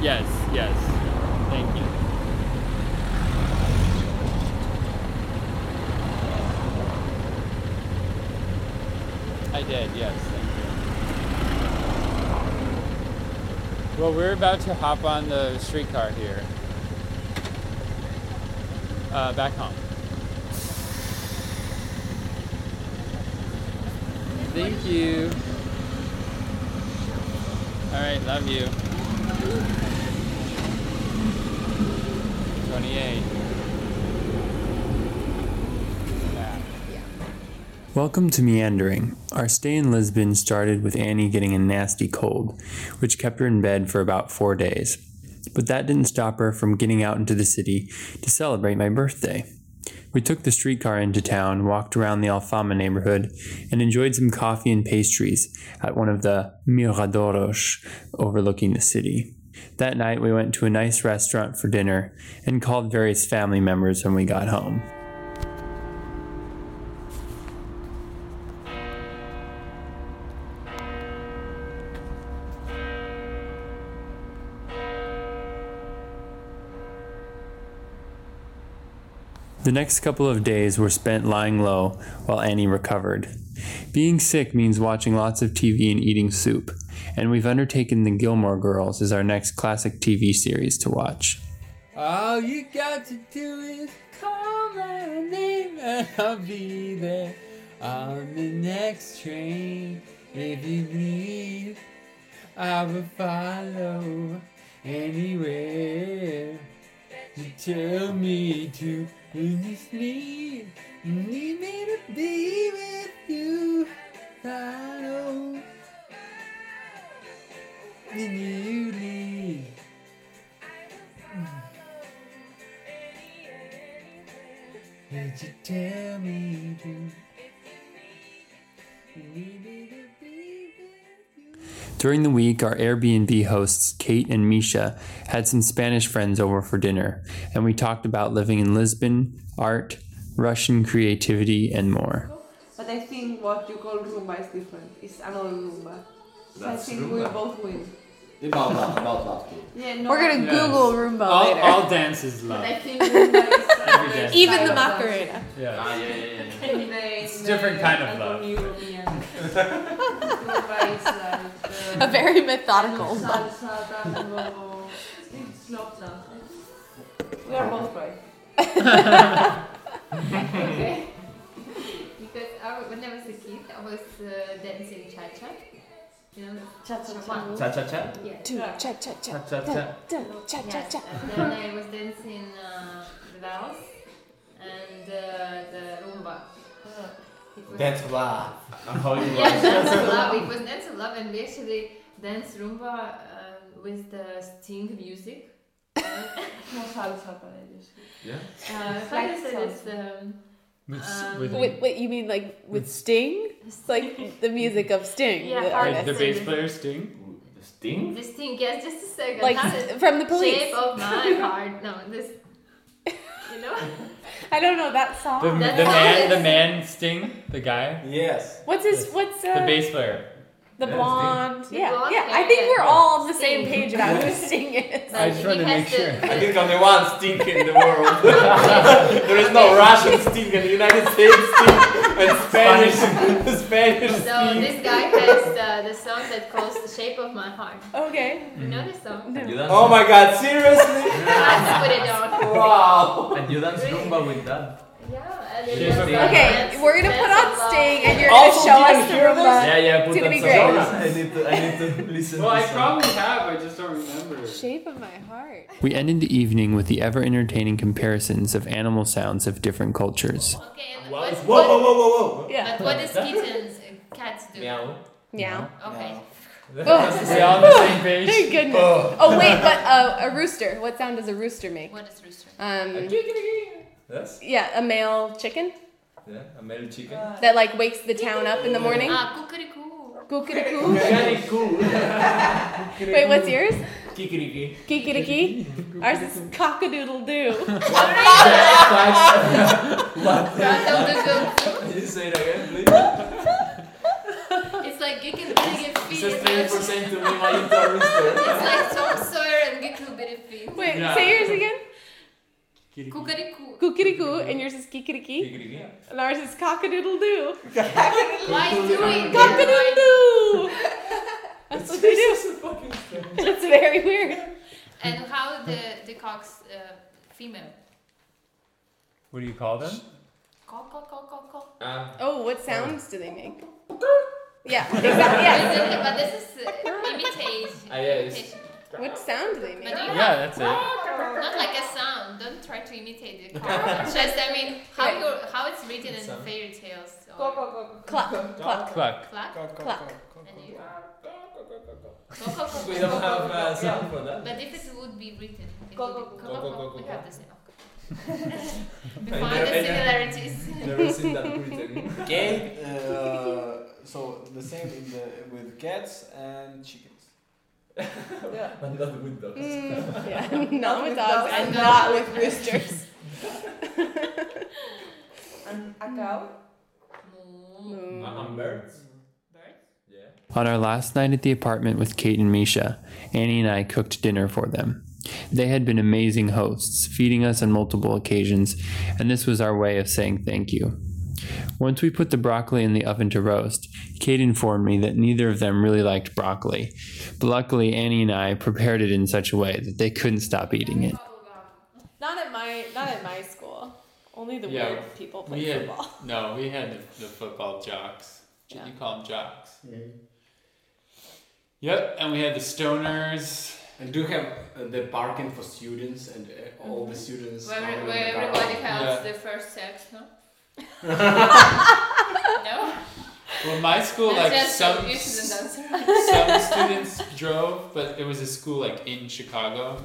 Yes, yes. Thank you. I did, yes. Thank you. Well, we're about to hop on the streetcar here. Uh, back home. Thank you. All right, love you. 28. Back. Welcome to Meandering. Our stay in Lisbon started with Annie getting a nasty cold, which kept her in bed for about four days. But that didn't stop her from getting out into the city to celebrate my birthday. We took the streetcar into town, walked around the Alfama neighborhood, and enjoyed some coffee and pastries at one of the miradoros overlooking the city. That night, we went to a nice restaurant for dinner and called various family members when we got home. The next couple of days were spent lying low while Annie recovered. Being sick means watching lots of TV and eating soup, and we've undertaken The Gilmore Girls as our next classic TV series to watch. All you got to do is call my name and I'll be there on the next train. If you need, I will follow anywhere. You tell me to when you sleep, need me to be with you. I know. Then you leave. Did you tell me to? During the week, our Airbnb hosts, Kate and Misha, had some Spanish friends over for dinner, and we talked about living in Lisbon, art, Russian creativity, and more. But I think what you call Roomba is different. It's another Roomba. So I That's think we Roomba. both win. About love, about love. dude. Yeah, no, We're gonna Yes. Google Roomba All, later. all dance is But I love. think Roomba is uh, another day. style Even the of dance. Macarena. Yeah. Ah, yeah, yeah, yeah. In the- in the- different kind of like love. on European. Roomba is like A uh, very methodical one. salsa, tango, slow dance. We are both right. Okay. because I, when I was a kid, I was uh, dancing cha cha. You know, Cha cha One. cha. Cha cha cha. yeah. Two, cha, cha, cha, Cha cha cha. dun, cha, cha, Yes. cha. And then I was dancing uh, the vals and uh, the rumba. It was That's love. I'm holding yeah, love. dance of love. It was dance of love, and we actually danced rumba um, with the sting music. No salsa para ellos. Yeah. Uh, Like like it's um, With, Um, with, Wait, wait, you mean like with Sting? It's like the music of Sting, Yeah, the or- wait, artist. the bass player Sting? The sting. this thing. Yes, just a second. Like How does- from the police. Shape of my heart. No, this. You know. I don't know that The, the song. That's man, all. the man Sting, the guy, Yes. What's his? What's the uh, bass player. the Yeah, blonde? Sting. Yeah, The blonde yeah. I guy, think yeah. we're all on the same Sting. page about who Sting is. I just wanted to make sure. I think only one sting in the world. there is no Russian sting in the United States sting and Spanish Spanish So sting. this guy has uh, the song that calls "The Shape of My Heart." Okay. You know the song? Mm. No. Oh my god, seriously? Let's put it on. Wow. And you dance Roomba with that. Yeah. and then Shape of there's My a Heart. Okay, dance- we're gonna put dance of on love. Sting, and you're gonna Also, show did you us the hear this? Roomba. Yeah, yeah, It's put gonna that be song. great. on. I need to, I need to listen Well, I to some. probably have, I just don't remember. Shape of my heart. We ended the evening with the ever entertaining comparisons of animal sounds of different cultures. Okay. And Wow. what, Whoa, whoa, whoa, whoa, whoa. Yeah. But what does kittens, uh, cats do? Meow. Meow. Okay. Oh, We all on the same page? thank goodness. Oh wait, but uh, a rooster. What sound does a rooster make? What is rooster? Um, Yes? yeah, a male chicken Yeah, a male chicken. that like wakes the town up in the morning. Ah, cuckoo. Kukurikoo. Very cool. Wait, what's yours? Kikiriki. Kikiriki. Ours is cockadoodle doo. Can you say it again, please? It's like Geek and Big and It's Feet. a strange It's person to me, my interrooster. like Tom Sawyer and Geek Wait, Yeah. say yours again. Kiriki. Kukariku. Kukirikoo, and yours is kikeriki, Kikriki. and ours is cockadoodle doo. Why do it? Cockadoodle doo. That's what they do. It's very weird. And how the the cocks uh, female? What do you call them? Cock, cock, cock, cock, cock. Ah, Oh, what sounds do they make? Yeah, exactly. But Yeah. this- But this is uh, imitation. Ah, yeah, it's- imitation. What sound do they But make? do you have Yeah, that's it. not like a sound. Don't try to imitate the cock. Just I mean how Right. you how it's written in Sound. fairy tales. or Cluck, cluck, Cluck. Clack. cluck. And you. Cock, cock, cock, We don't cock, have cock, uh, cock. sound for that. But if it would be written, it Cock, would be- cock, cock, cock, cock, cock, we cock, have cock. to say okay. We I find the know, I know. similarities. Never seen that written. gay. Uh, so the same in the, with cats and chickens. Yeah. But not with dogs. Mm, yeah, not with with dogs dogs. and not with roosters. And a cow. Moo. Mm. Uh, and birds. Birds. Yeah. On our last night at the apartment with Kate and Misha, Annie and I cooked dinner for them. They had been amazing hosts, feeding us on multiple occasions, and this was our way of saying thank you. Once we put the broccoli in the oven to roast, Kate informed me that neither of them really liked broccoli, but luckily Annie and I prepared it in such a way that they couldn't stop eating it. Not at my not at my school. Only the Yeah, weird people play we had- football. No, we had the, the football jocks. J- Yeah. You call them jocks. Yep, and we had the stoners. And do you have uh, the parking for students and uh, all the students? Where, are in where the everybody garden? has Yeah. the first sex, no? no? Well, my school, It's like just some you shouldn't some answer. students drove, but it was a school like in Chicago.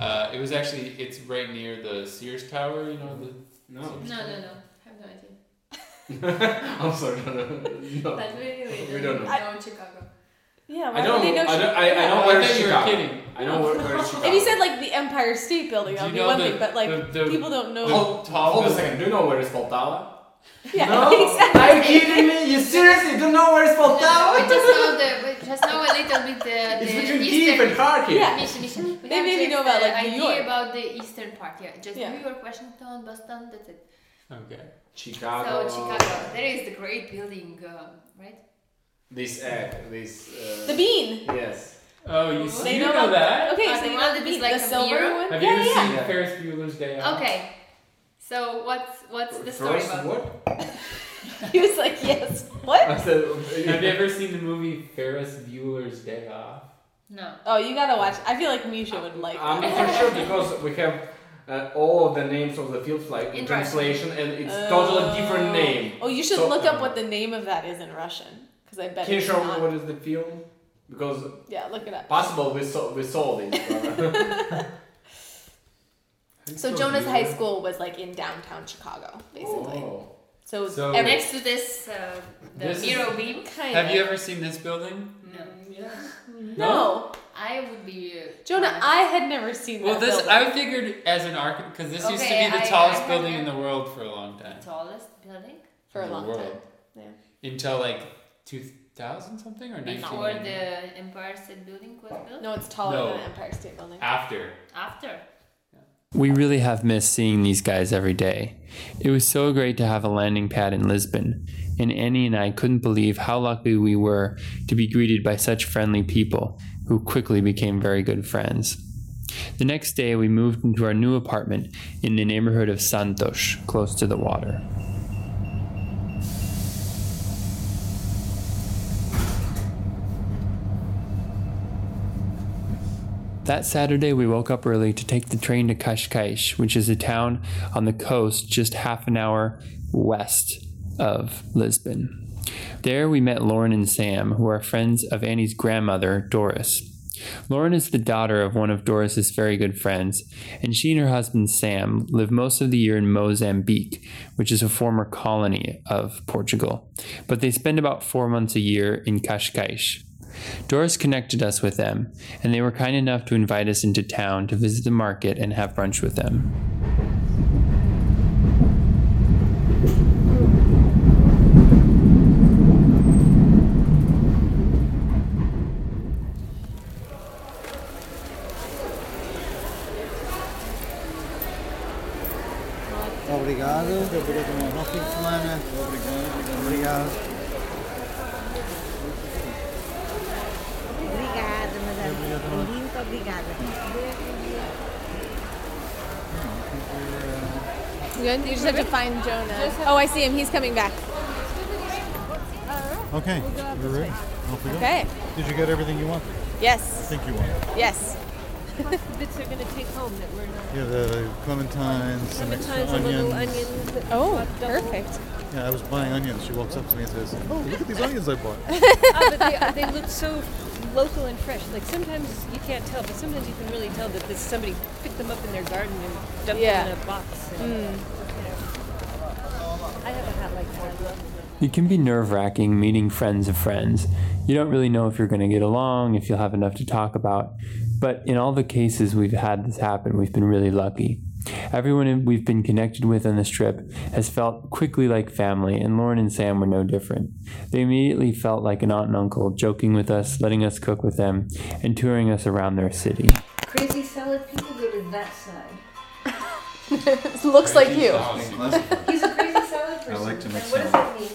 Uh, it was actually it's right near the Sears Tower. You know the No, No, no, no. I have no idea. I'm sorry. No, no, no. But we really We don't know. know Chicago. Yeah, why I don't. would I they know? don't. I, shit? I, I Oh, know I where thought Chicago. you were kidding. I know where, where Chicago. if you said like the Empire State Building, Do that you would be know one the- thing. But like the- Oh, the- people don't know. Hold, hold a second. Do you know where is Poltava? yeah, No. exactly. Are you kidding me? You seriously don't know where is No, no, Poltava? we just know the we just know a little bit the, the It's between Kiev eastern and Kharkiv. Yeah. Mission, mission. We They have maybe just know about, the like, New idea York. about the eastern part, yeah. Just Yeah. New York, Washington, Boston, that's it. okay. Chicago. So Chicago. There is the great building, um, right? This egg. This. Uh, The bean. Yes. Oh, you They see, you know know, about- that. Okay, Uh, so the you one know the that is bean, like the a silver mirror? one. Have you yeah, ever yeah. seen yeah. Ferris Bueller's Day Off? Okay. So what's what's the story First about? what? He was like, yes. What? I said. Have you ever seen the movie Ferris Bueller's Day Off? No. Oh, you gotta watch. I feel like Misha would like. I'm that. not sure because we have uh, all of the names of the fields like in In translation, and it's totally different Oh. name. Oh, you should So- look uh, up what the name of that is in Russian, because I bet. Can you it's show not. me what is the film? Because Yeah, look it up. possible we saw we saw this. but- uh, So Jonah's high school was like in downtown Chicago, basically. Oh. So, So- every Next to this, uh, the This is- mirror beam. kind Have of. you ever seen this building? No. No, I would be. Uh, Jonah, I had never seen Well, that this building. I figured as an architect because this used to Okay, be the I- tallest I heard building in that. the world for a long time. the tallest building for a in the long world. time. Until like 2000 something or before 19. the Empire State Building was time. built. No, it's taller No. Ah. than the Empire State Building. After. After. We really have missed seeing these guys every day. It was so great to have a landing pad in Lisbon, and Annie and I couldn't believe how lucky we were to be greeted by such friendly people who quickly became very good friends. The next day, we moved into our new apartment in the neighborhood of Santos, close to the water. That Saturday, we woke up early to take the train to Qashqaish, which is a town on the coast just half an hour west of Lisbon. There, we met Lauren and Sam, who are friends of Annie's grandmother, Doris. Lauren is the daughter of one of Doris's very good friends, and she and her husband Sam live most of the year in Mozambique, which is a former colony of Portugal. But they spend about four months a year in Qashqaish. Doris connected us with them, and they were kind enough to invite us into town to visit the market and have brunch with them. Obrigado. Bom fim de semana. Obrigado. eh? Obrigado. Obrigada, madame. Muito obrigada. Good? You just have to find Jonah. Oh, I see him. He's coming back. Okay, we're ready. Off we go. Okay. Did you get everything you wanted? I Yes. think you wanted. Yes. bits are going to take home that we're not. Yeah, the, the clementines, and extra Clementines, a little onions. onion. Oh, perfect. Yeah, I was buying onions. She walks up to me and says, "Oh, look at these onions I bought." Ah, but they, uh, they look so local and fresh. Like sometimes you can't tell, but sometimes you can really tell that this somebody picked them up in their garden and dumped Yeah. them in a box. And, Mm. you know. I have a hat like that. It can be nerve wracking meeting friends of friends. You don't really know if you're going to get along, if you'll have enough to talk about. But in all the cases we've had this happen, we've been really lucky. Everyone we've been connected with on this trip has felt quickly like family, and Lauren and Sam were no different. They immediately felt like an aunt and uncle, joking with us, letting us cook with them, and touring us around their city. Crazy salad people go to that side. Looks like you. He's a crazy salad person. like to make And what does salad. that mean?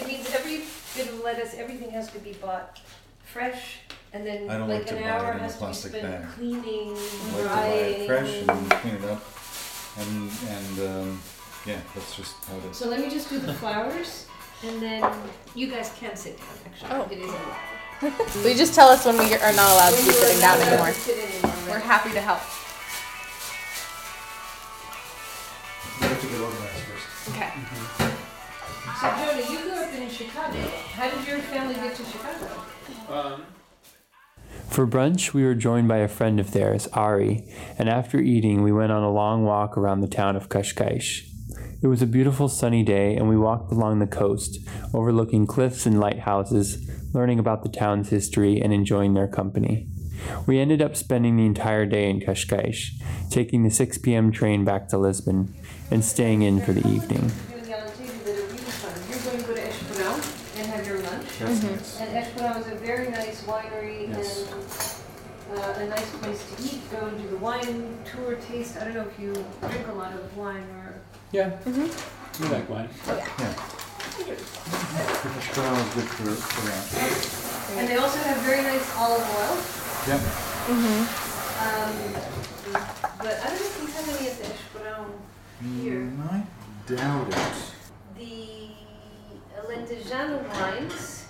It means every bit of lettuce, everything has to be bought fresh, and then I don't like like to an buy it hour in a has to be plastic spent bag. cleaning, I like to buy drying. it fresh and clean it up, and and um, yeah, that's just how it is. So let me just do the flowers, and then you guys can sit down. Actually, Oh. it is allowed. So you just tell us when we are not allowed to be When you are sitting down not anymore. allowed to sit anymore, right? We're happy to help. We have to get organized first. Okay. So Jonah, you grew up in Chicago. How did your family get to Chicago? Um, For brunch, we were joined by a friend of theirs, Ari, and after eating, we went on a long walk around the town of Qashqaish. It was a beautiful sunny day, and we walked along the coast, overlooking cliffs and lighthouses, learning about the town's history and enjoying their company. We ended up spending the entire day in Qashqaish, taking the 6 p.m. train back to Lisbon, and staying in for the evening. Doing the Alentejo that are really fun. You're going to go to Espinal and have your lunch. That's Mhm. nice. And Espinal is a very nice winery Yes. and uh, a nice place to eat. Go and do the wine tour taste. I don't know if you drink a lot of wine or. Yeah. We like wine. Ashkelon is good for, for that. And they also have very nice olive oil. Yeah. Mm-hmm. Um, but I don't know if we have any at the Espinal here. Mm, I doubt it. The Alentejano wines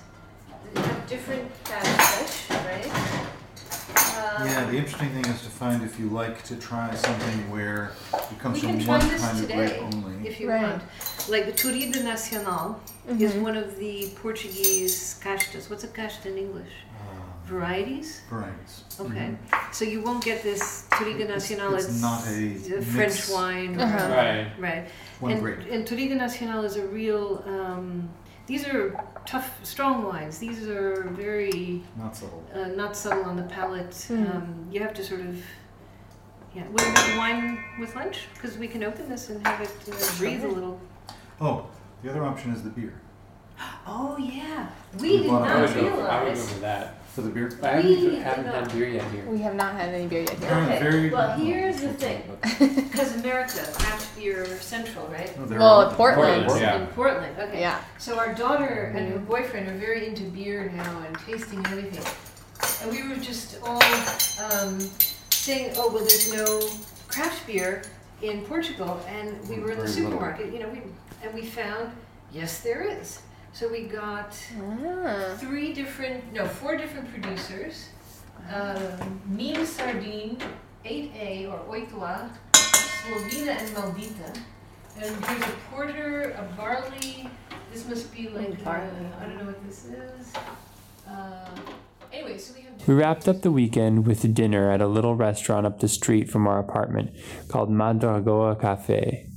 they have different catfish, right? Um, Yeah, the interesting thing is to find if you like to try something where it comes we can from try one this kind of grape today only. if you Right. Mm-hmm. want. Like the Turida Nacional is one of the Portuguese castas. What's a casta in English? Uh, Varieties. Varieties. Okay, so you won't get this Turida Nacional. Mm-hmm. it's not a French mix. wine. Uh-huh. or- Right. Right. One and, grape. and Torriga Nacional is a real. Um, these are tough, strong wines. These are very Not subtle. uh, not subtle on the palate. Mm. Um, you have to sort of. Yeah, we'll have wine with lunch because we can open this and have it uh, breathe a little. Oh, the other option is the beer. Oh yeah, We we did bought a not I would bunch of- go, I would realize. go for that. For the beer? I We haven't, haven't did had beer yet here. We have not had any beer yet here. Apparently very- Well, here's the thing, because America, craft beer central, right? No, there Well, are- at Portland. Portland, yeah. In Portland, okay. Yeah. So our daughter and her boyfriend are very into beer now and tasting everything. And we were just all um, saying, oh, well, there's no craft beer in Portugal. And we were in the Very little. supermarket, you know, we, and we found, yes, there is. So we got Ah. three different, no, four different producers. Um, Mil Sardine, 8A or Oitua, Slovenia and Maldita. And here's a porter, a barley. This must be like, uh, Barley. I don't know what this is. Uh, anyway, so we have. We wrapped up the weekend with dinner at a little restaurant up the street from our apartment called Madragoa Cafe.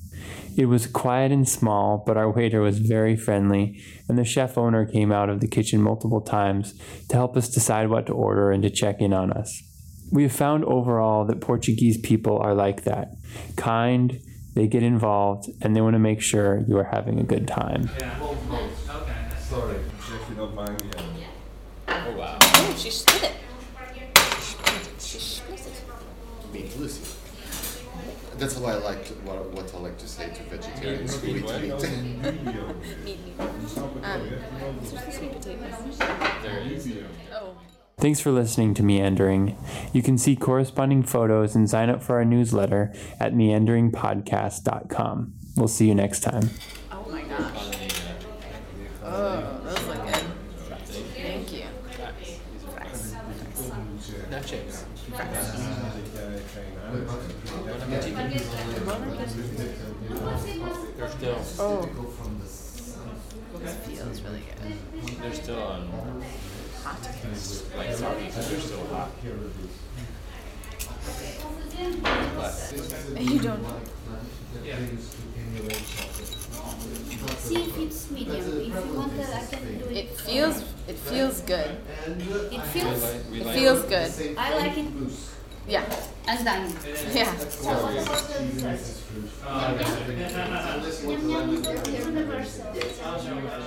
It was quiet and small, but our waiter was very friendly, and the chef owner came out of the kitchen multiple times to help us decide what to order and to check in on us. We have found overall that Portuguese people are like that kind, they get involved, and they want to make sure you are having a good time. Sorry, if you don't mind. Yeah. Oh wow. Oh, she split it. She split it. Being Lucy. That's why I like to, what, what I like to say to vegetarians who eat meat. Meat, meat. Um, it's just sweet potatoes. There is. Oh. Thanks for listening to Meandering. You can see corresponding photos and sign up for our newsletter at meanderingpodcast.com. We'll see you next time. Oh my gosh. Oh, those look good. Thank you. Fries. No chips. They're still. Oh. This feels really good. They're still on. Hot. Like sorry, they're still hot. But You don't. yeah. See if it's medium. If you want that, I can do it. It feels. It feels good. It feels. It feels good. I like it Yeah. as dining. Yeah. So what about the dessert? Yum yum is the universal.